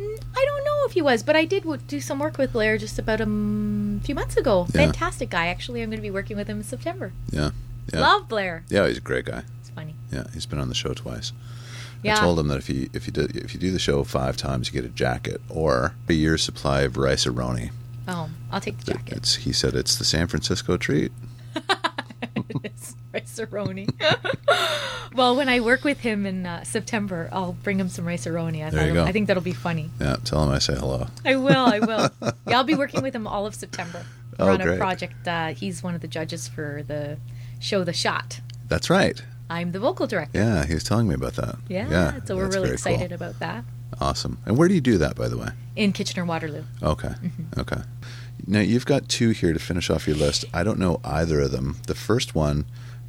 Speaker 2: Mm, I don't know if he was, but I did w- do some work with Blair just about a mm, few months ago.
Speaker 1: Yeah.
Speaker 2: Fantastic guy, actually. I'm going to be working with him in September.
Speaker 1: Yeah. Yeah.
Speaker 2: Love Blair.
Speaker 1: Yeah, he's a great guy.
Speaker 2: It's funny.
Speaker 1: Yeah, he's been on the show twice.
Speaker 2: Yeah.
Speaker 1: I told him that if you if you do if you do the show five times, you get a jacket or a year's supply of rice aroni.
Speaker 2: oh, I'll take the jacket.
Speaker 1: It's he said it's the San Francisco treat.
Speaker 2: It's riceroni. well, when I work with him in uh, September, I'll bring him some riceroni. I,
Speaker 1: There you
Speaker 2: thought-
Speaker 1: go.
Speaker 2: I think that'll be funny.
Speaker 1: Yeah, tell him I say hello.
Speaker 2: I will. I will. yeah, I'll be working with him all of September. We're
Speaker 1: Oh,
Speaker 2: on
Speaker 1: great.
Speaker 2: a project. Uh, he's one of the judges for the show The Shot.
Speaker 1: That's right.
Speaker 2: I'm the vocal director.
Speaker 1: Yeah, he was telling me about that.
Speaker 2: Yeah. so we're
Speaker 1: that's
Speaker 2: really
Speaker 1: very cool.
Speaker 2: excited about that.
Speaker 1: Awesome. And where do you do that, by the way?
Speaker 2: in Kitchener Waterloo.
Speaker 1: Okay.
Speaker 2: Mm-hmm.
Speaker 1: Okay. Now you've got two here to finish off your list. I don't know either of them. The first one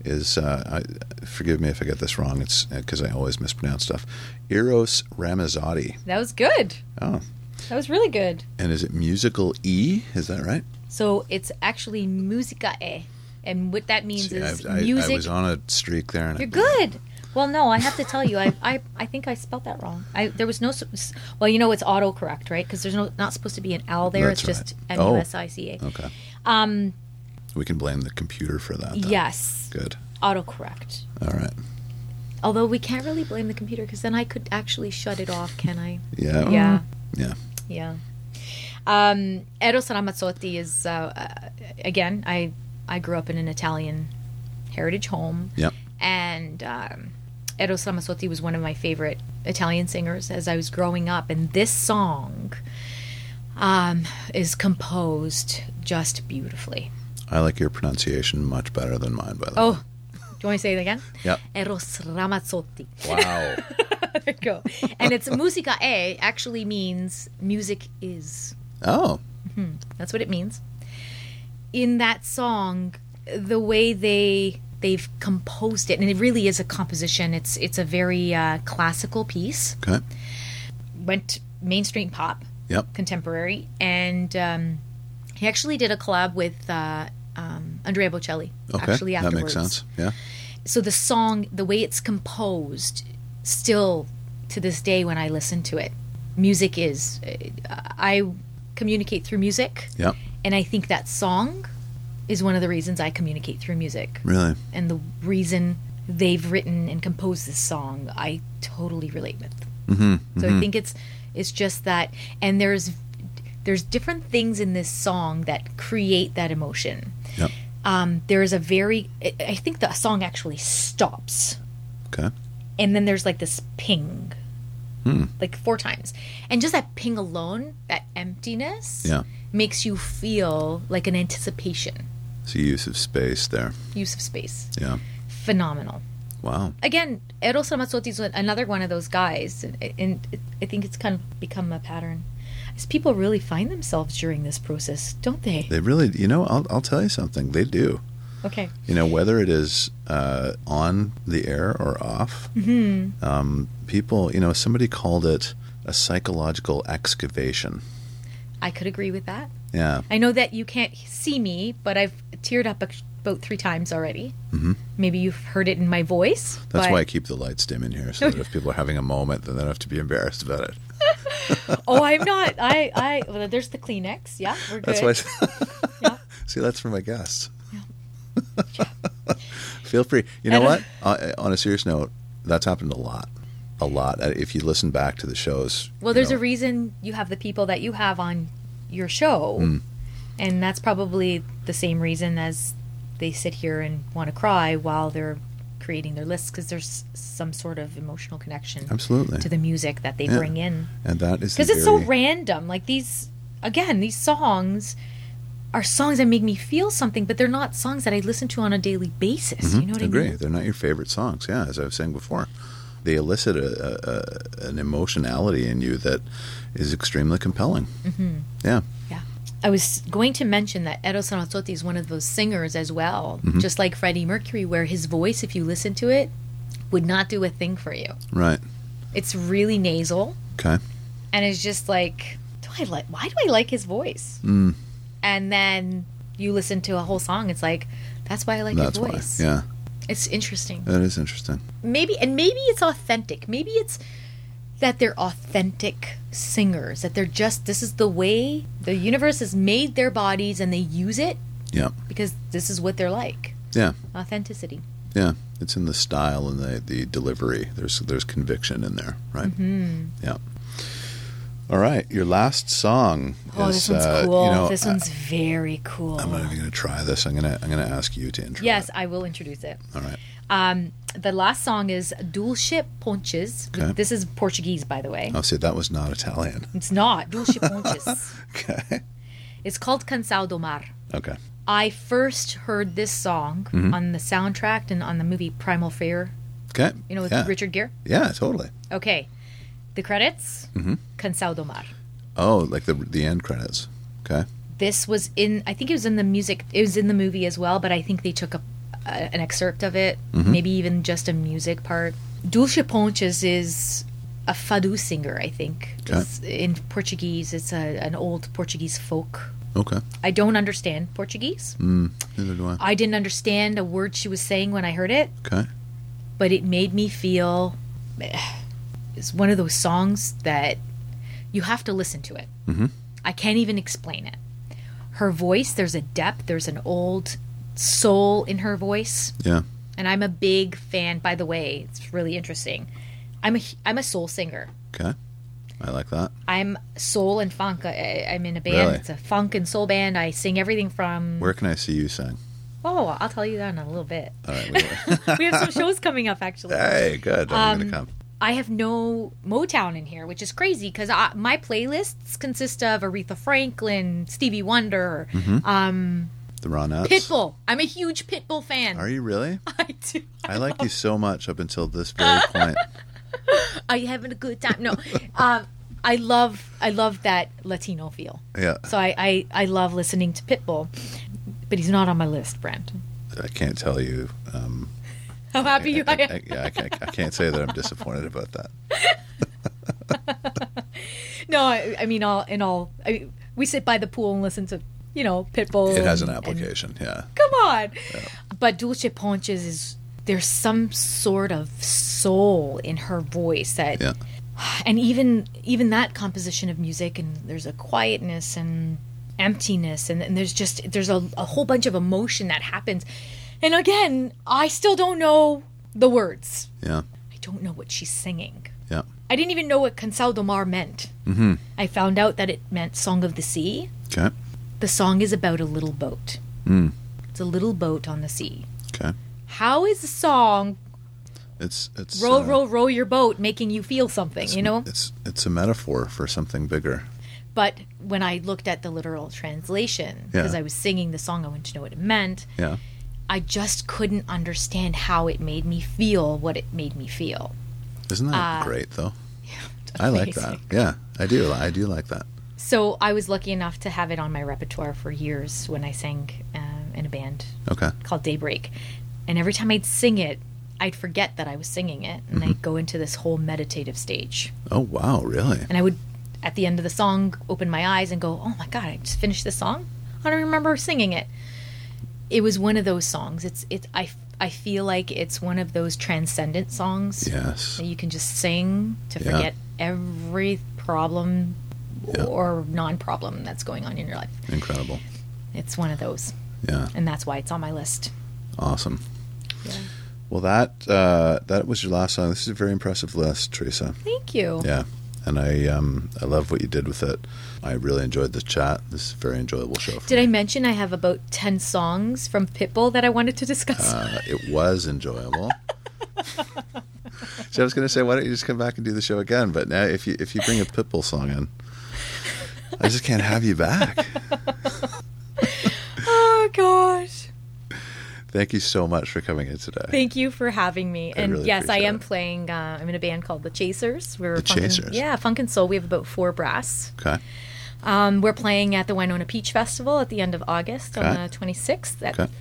Speaker 1: is, uh, I, forgive me if I get this wrong. It's because I always mispronounce stuff. Eros Ramazzotti.
Speaker 2: That was good.
Speaker 1: Oh,
Speaker 2: That was really good.
Speaker 1: and is it musical E? Is that right?
Speaker 2: So it's actually musica e, and what that means
Speaker 1: See,
Speaker 2: is
Speaker 1: I, I, I
Speaker 2: music.
Speaker 1: was on a streak there, and I-
Speaker 2: You're good. Well, no, I have to tell you, I, I, I think I spelled that wrong. I there was no, s- s- well, you know, it's autocorrect, right? Because there's no not supposed to be an L there.
Speaker 1: That's
Speaker 2: it's just
Speaker 1: right.
Speaker 2: M
Speaker 1: Oh.
Speaker 2: U S I C A.
Speaker 1: Okay. Um, we can blame the computer for that. then.
Speaker 2: Yes,
Speaker 1: Good.
Speaker 2: autocorrect.
Speaker 1: All right.
Speaker 2: Although we can't really blame the computer because then I could actually shut it off, can I?
Speaker 1: Yeah.
Speaker 2: Yeah.
Speaker 1: Yeah.
Speaker 2: Yeah. Um, Eros Ramazzotti is uh, uh, again. I I grew up in an Italian heritage home,
Speaker 1: Yep.
Speaker 2: and um, Eros Ramazzotti was one of my favorite Italian singers as I was growing up. And this song um, is composed just beautifully.
Speaker 1: I like your pronunciation much better than mine, by the way.
Speaker 2: Oh, do you want to say it again?
Speaker 1: Yep.
Speaker 2: Eros Ramazzotti.
Speaker 1: Wow.
Speaker 2: there you go. And it's musica e actually means music is.
Speaker 1: oh.
Speaker 2: That's what it means. In that song, the way they they've composed it, and it really is a composition. It's it's a very uh, classical piece.
Speaker 1: Okay.
Speaker 2: Went mainstream pop,
Speaker 1: Yep.
Speaker 2: contemporary, and um, he actually did a collab with uh, um, Andrea Bocelli.
Speaker 1: Okay.
Speaker 2: actually
Speaker 1: that
Speaker 2: afterwards.
Speaker 1: makes sense. Yeah.
Speaker 2: So the song, the way it's composed, still to this day when I listen to it, music is. uh, I communicate through music.
Speaker 1: Yep.
Speaker 2: And I think that song is one of the reasons I communicate through music.
Speaker 1: Really.
Speaker 2: And the reason they've written and composed this song, I totally relate with. Mm-hmm, so I think it's it's just that, and there's there's different things in this song that create that emotion.
Speaker 1: Yep.
Speaker 2: Um, there is a very, I I think the song actually stops,
Speaker 1: Okay.
Speaker 2: and then there's like this ping,
Speaker 1: Hmm.
Speaker 2: like four times, and just that ping alone, that emptiness,
Speaker 1: Yeah.
Speaker 2: makes you feel like an anticipation.
Speaker 1: It's a use of space there.
Speaker 2: Use of space,
Speaker 1: Yeah.
Speaker 2: phenomenal.
Speaker 1: Wow.
Speaker 2: Again, Eros Ramazzotti is another one of those guys, and, and it- I think it's kind of become a pattern. Is people really find themselves during this process, don't they?
Speaker 1: They really, you know, I'll, I'll tell you something. They do.
Speaker 2: Okay.
Speaker 1: You know, whether it is uh, on the air or off, um, people, you know, somebody called it a psychological excavation.
Speaker 2: I could agree with that.
Speaker 1: Yeah.
Speaker 2: I know that you can't see me, but I've teared up ac- about three times already. Mm-hmm. Maybe you've heard it in my voice.
Speaker 1: That's
Speaker 2: but-
Speaker 1: why I keep the lights dim in here so that if people are having a moment, then they don't have to be embarrassed about it.
Speaker 2: oh, I'm not. I. I. Well, there's the Kleenex. Yeah, we're good.
Speaker 1: That's why. See, that's for my guests. Feel free. You know
Speaker 2: And,
Speaker 1: what? Uh, on a serious note, that's happened a lot, a lot. Uh, If you listen back to the shows,
Speaker 2: well,
Speaker 1: you
Speaker 2: there's
Speaker 1: know,
Speaker 2: a reason you have the people that you have on your show,
Speaker 1: Mm.
Speaker 2: and that's probably the same reason as they sit here and want to cry while they're creating their lists because there's some sort of emotional connection
Speaker 1: absolutely,
Speaker 2: to the music that they
Speaker 1: Yeah.
Speaker 2: bring in.
Speaker 1: and that is the
Speaker 2: because it's so
Speaker 1: very-
Speaker 2: random like these again these songs are songs that make me feel something but they're not songs that i listen to on a daily basis you know what
Speaker 1: Mm-hmm. agree.
Speaker 2: i mean
Speaker 1: They're not your favorite songs. Yeah, as I was saying before, they elicit a, a, a, an emotionality in you that is extremely compelling. Mm-hmm. Yeah.
Speaker 2: yeah i was going to mention that eros ramazzotti is one of those singers as well
Speaker 1: Mm-hmm.
Speaker 2: just like freddie mercury where his voice if you listen to it would not do a thing for you
Speaker 1: Right.
Speaker 2: it's really nasal
Speaker 1: Okay.
Speaker 2: and it's just like do i like why do i like his voice
Speaker 1: Mm.
Speaker 2: and then you listen to a whole song it's like that's why i like
Speaker 1: That's
Speaker 2: his
Speaker 1: why.
Speaker 2: voice
Speaker 1: Yeah.
Speaker 2: it's interesting
Speaker 1: That is interesting.
Speaker 2: maybe and maybe it's authentic maybe it's that they're authentic singers that they're just this is the way the universe has made their bodies and they use it
Speaker 1: Yeah.
Speaker 2: because this is what they're like
Speaker 1: Yeah.
Speaker 2: authenticity
Speaker 1: Yeah, it's in the style and the, the delivery. There's there's conviction in there, right?
Speaker 2: Mm-hmm.
Speaker 1: Yeah. All right, your last song.
Speaker 2: oh
Speaker 1: is,
Speaker 2: this one's
Speaker 1: uh,
Speaker 2: cool
Speaker 1: You know,
Speaker 2: this one's very cool
Speaker 1: I, am not even going to try this. I'm gonna I'm gonna ask you to intro.
Speaker 2: yes
Speaker 1: it.
Speaker 2: i will introduce it
Speaker 1: All right.
Speaker 2: um the last song is dulce ponches
Speaker 1: Okay.
Speaker 2: this is portuguese by the way
Speaker 1: Oh, see, that was not Italian.
Speaker 2: it's not dulce ponches
Speaker 1: Okay.
Speaker 2: it's called cansao do mar
Speaker 1: Okay.
Speaker 2: I first heard this song
Speaker 1: Mm-hmm.
Speaker 2: on the soundtrack and on the movie Primal Fear,
Speaker 1: Okay.
Speaker 2: you know, with
Speaker 1: yeah.
Speaker 2: Richard Gere.
Speaker 1: Yeah, totally.
Speaker 2: Okay. The credits,
Speaker 1: Mm-hmm.
Speaker 2: Cansao do Mar.
Speaker 1: Oh, like the the end credits. Okay.
Speaker 2: This was in, I think it was in the music, it was in the movie as well, but I think they took a, a, an excerpt of it,
Speaker 1: Mm-hmm.
Speaker 2: maybe even just a music part. Dulce Pontes is a fado singer, I think.
Speaker 1: Okay.
Speaker 2: It's in Portuguese, it's a, an old Portuguese folk.
Speaker 1: Okay.
Speaker 2: I don't understand Portuguese.
Speaker 1: Mm. Neither do I.
Speaker 2: I didn't understand a word she was saying when I heard it.
Speaker 1: Okay.
Speaker 2: but it made me feel it's one of those songs that you have to listen to it mm-hmm. i can't even explain it her voice there's a depth there's an old soul in her voice
Speaker 1: Yeah.
Speaker 2: and I'm a big fan. By the way, it's really interesting. I'm a I'm a soul singer.
Speaker 1: Okay. I like that.
Speaker 2: I'm soul and funk. I, I'm in a band.
Speaker 1: Really?
Speaker 2: It's a funk and soul band. I sing everything from.
Speaker 1: Where can I see you sing?
Speaker 2: Oh, I'll tell you that in a little bit.
Speaker 1: All right. We will.
Speaker 2: we have some shows coming up actually.
Speaker 1: hey, good. I'm
Speaker 2: Um,
Speaker 1: going to come.
Speaker 2: I have no Motown in here, which is crazy because my playlists consist of Aretha Franklin, Stevie Wonder,
Speaker 1: Mm-hmm.
Speaker 2: um,
Speaker 1: The Raw Nuts.
Speaker 2: Pitbull. I'm a huge Pitbull fan.
Speaker 1: Are you really?
Speaker 2: I do.
Speaker 1: I like you so much up until this very point.
Speaker 2: Are you having a good time? No, um, I love I love that Latino feel.
Speaker 1: Yeah.
Speaker 2: So I, I I love listening to Pitbull, but he's not on my list, Brent.
Speaker 1: I can't tell you. Um,
Speaker 2: How happy you
Speaker 1: I,
Speaker 2: I am.
Speaker 1: I- yeah, I, ca- I can't say that I'm disappointed about that.
Speaker 2: No, I, I mean all in all, I, we sit by the pool and listen to you know Pitbull.
Speaker 1: It has an
Speaker 2: and- and-
Speaker 1: application. Yeah.
Speaker 2: Come on. But Dulce Ponches is there's some sort of soul in her voice that
Speaker 1: Yeah.
Speaker 2: and even even that composition of music and there's a quietness and emptiness and, and there's just there's a, a whole bunch of emotion that happens and again i still don't know the words
Speaker 1: Yeah.
Speaker 2: i don't know what she's singing
Speaker 1: Yeah.
Speaker 2: i didn't even know what cansao do mar meant
Speaker 1: Mm-hmm.
Speaker 2: i found out that it meant song of the sea
Speaker 1: Okay.
Speaker 2: the song is about a little boat
Speaker 1: Mm.
Speaker 2: it's a little boat on the sea
Speaker 1: Okay.
Speaker 2: how is the song
Speaker 1: It's it's
Speaker 2: row
Speaker 1: uh,
Speaker 2: row row your boat making you feel something you know
Speaker 1: It's it's a metaphor for something bigger.
Speaker 2: But when I looked at the literal translation, because
Speaker 1: Yeah.
Speaker 2: I was singing the song, I wanted to know what it meant.
Speaker 1: Yeah.
Speaker 2: I just couldn't understand how it made me feel what it made me feel.
Speaker 1: Isn't that great though? I like that.
Speaker 2: Uh, Amazing.
Speaker 1: Yeah. I do. I do like that.
Speaker 2: So I was lucky enough to have it on my repertoire for years when I sang um, in a band
Speaker 1: Okay.
Speaker 2: called Daybreak. And every time I'd sing it, I'd forget that I was singing it, and I'd go into this whole meditative stage.
Speaker 1: Oh wow, really?
Speaker 2: And I would, at the end of the song, open my eyes and go, "Oh my god, I just finished this song. I don't remember singing it." It was one of those songs. It's it's I I feel like it's one of those transcendent songs
Speaker 1: Yes.
Speaker 2: that you can just sing to
Speaker 1: Yeah.
Speaker 2: forget every problem or non-problem that's going on in your life.
Speaker 1: Incredible.
Speaker 2: It's one of those,
Speaker 1: Yeah.
Speaker 2: and that's why it's on my list.
Speaker 1: Awesome. Well, that uh, that was your last song. This is a very impressive list, Teresa.
Speaker 2: Thank you.
Speaker 1: Yeah, and I um, I love what you did with it. I really enjoyed the chat. This is a very enjoyable show. For
Speaker 2: Did
Speaker 1: me.
Speaker 2: I mention I have about 10 songs from Pitbull that I wanted to discuss?
Speaker 1: Uh, it was enjoyable. so I was going to say, why don't you just come back and do the show again? But now, if you if you bring a Pitbull song in, I just can't have you back.
Speaker 2: oh gosh.
Speaker 1: Thank you so much for coming in today.
Speaker 2: Thank you for having me. And
Speaker 1: really
Speaker 2: yes, I
Speaker 1: appreciate
Speaker 2: am
Speaker 1: it.
Speaker 2: playing. Uh, I'm in a band called The Chasers. We're
Speaker 1: The
Speaker 2: funk and-
Speaker 1: Chasers.
Speaker 2: yeah, funk and soul. We have about four brass.
Speaker 1: Okay.
Speaker 2: Um, we're playing at the Winona Peach Festival at the end of August on
Speaker 1: Okay.
Speaker 2: the 26th at
Speaker 1: Okay.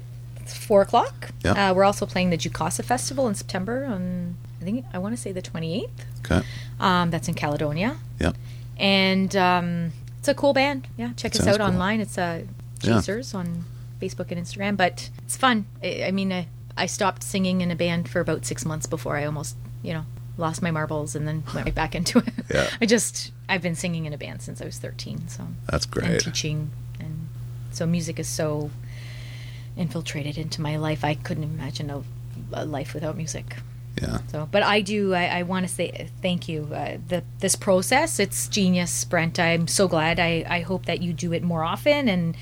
Speaker 2: four o'clock.
Speaker 1: Yeah.
Speaker 2: Uh, we're also playing the Jukasa Festival in September on I think I want to say the 28th.
Speaker 1: Okay.
Speaker 2: Um, that's in Caledonia,
Speaker 1: Yeah.
Speaker 2: and um, it's a cool band. Yeah, check us
Speaker 1: sounds
Speaker 2: out
Speaker 1: cool.
Speaker 2: online. It's uh,
Speaker 1: Yeah.
Speaker 2: Chasers on Facebook and Instagram, but it's fun. I, I mean, I, I stopped singing in a band for about six months before I almost, you know, lost my marbles and then went right back into it.
Speaker 1: Yeah.
Speaker 2: I just I've been singing in a band since I was thirteen, so
Speaker 1: That's
Speaker 2: and
Speaker 1: great.
Speaker 2: teaching, and so music is so infiltrated into my life. I couldn't imagine a, a life without music.
Speaker 1: Yeah.
Speaker 2: So, but I do. I, I want to say thank you. Uh, the this process, it's genius, Brent. I'm so glad. I I hope that you do it more often and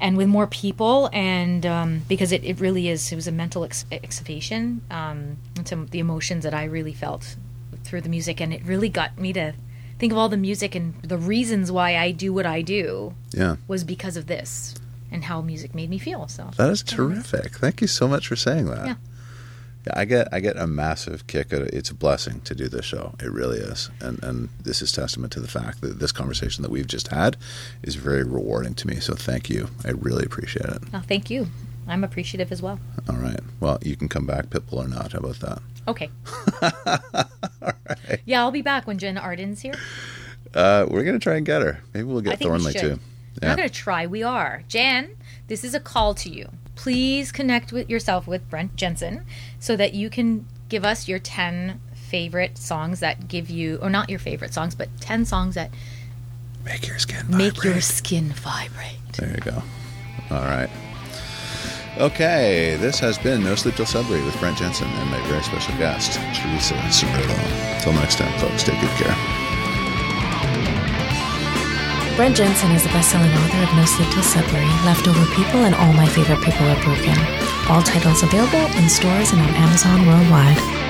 Speaker 2: and with more people. And um, because it, it really is, it was a mental ex- excavation um, into the emotions that I really felt through the music, and it really got me to think of all the music and the reasons why I do what I do
Speaker 1: Yeah.
Speaker 2: was because of this and how music made me feel. So
Speaker 1: That is terrific. Thank you so much for saying that.
Speaker 2: Yeah.
Speaker 1: Yeah, I get I get a massive kick out of it's a blessing to do this show. It really is. And and this is testament to the fact that this conversation that we've just had is very rewarding to me. So thank you. I really appreciate it.
Speaker 2: no, thank you. I'm appreciative as well.
Speaker 1: All right. Well, you can come back Pitbull or not. How about that?
Speaker 2: Okay. Yeah, I'll be back when Jen Arden's here.
Speaker 1: Uh, we're going to try and get her. Maybe we'll
Speaker 2: I
Speaker 1: get
Speaker 2: think we
Speaker 1: Thornley
Speaker 2: should.
Speaker 1: too.
Speaker 2: We're not going to try. We are. Jen, this is a call to you. Please connect with yourself with Brent Jensen so that you can give us your 10 favorite songs that give you, or not your favorite songs, but 10 songs that
Speaker 1: Make your skin
Speaker 2: make
Speaker 1: vibrate.
Speaker 2: your skin vibrate.
Speaker 1: There you go. All right. Okay, this has been No Sleep Till Sudbury with Brent Jensen and my very special guest, Teresa Cerrito. Till next time, folks, take good care.
Speaker 3: Brent Jensen is the best-selling author of No Sleep Till Sudbury, Leftover People, and All My Favorite People Are Broken. All titles available in stores and on Amazon worldwide.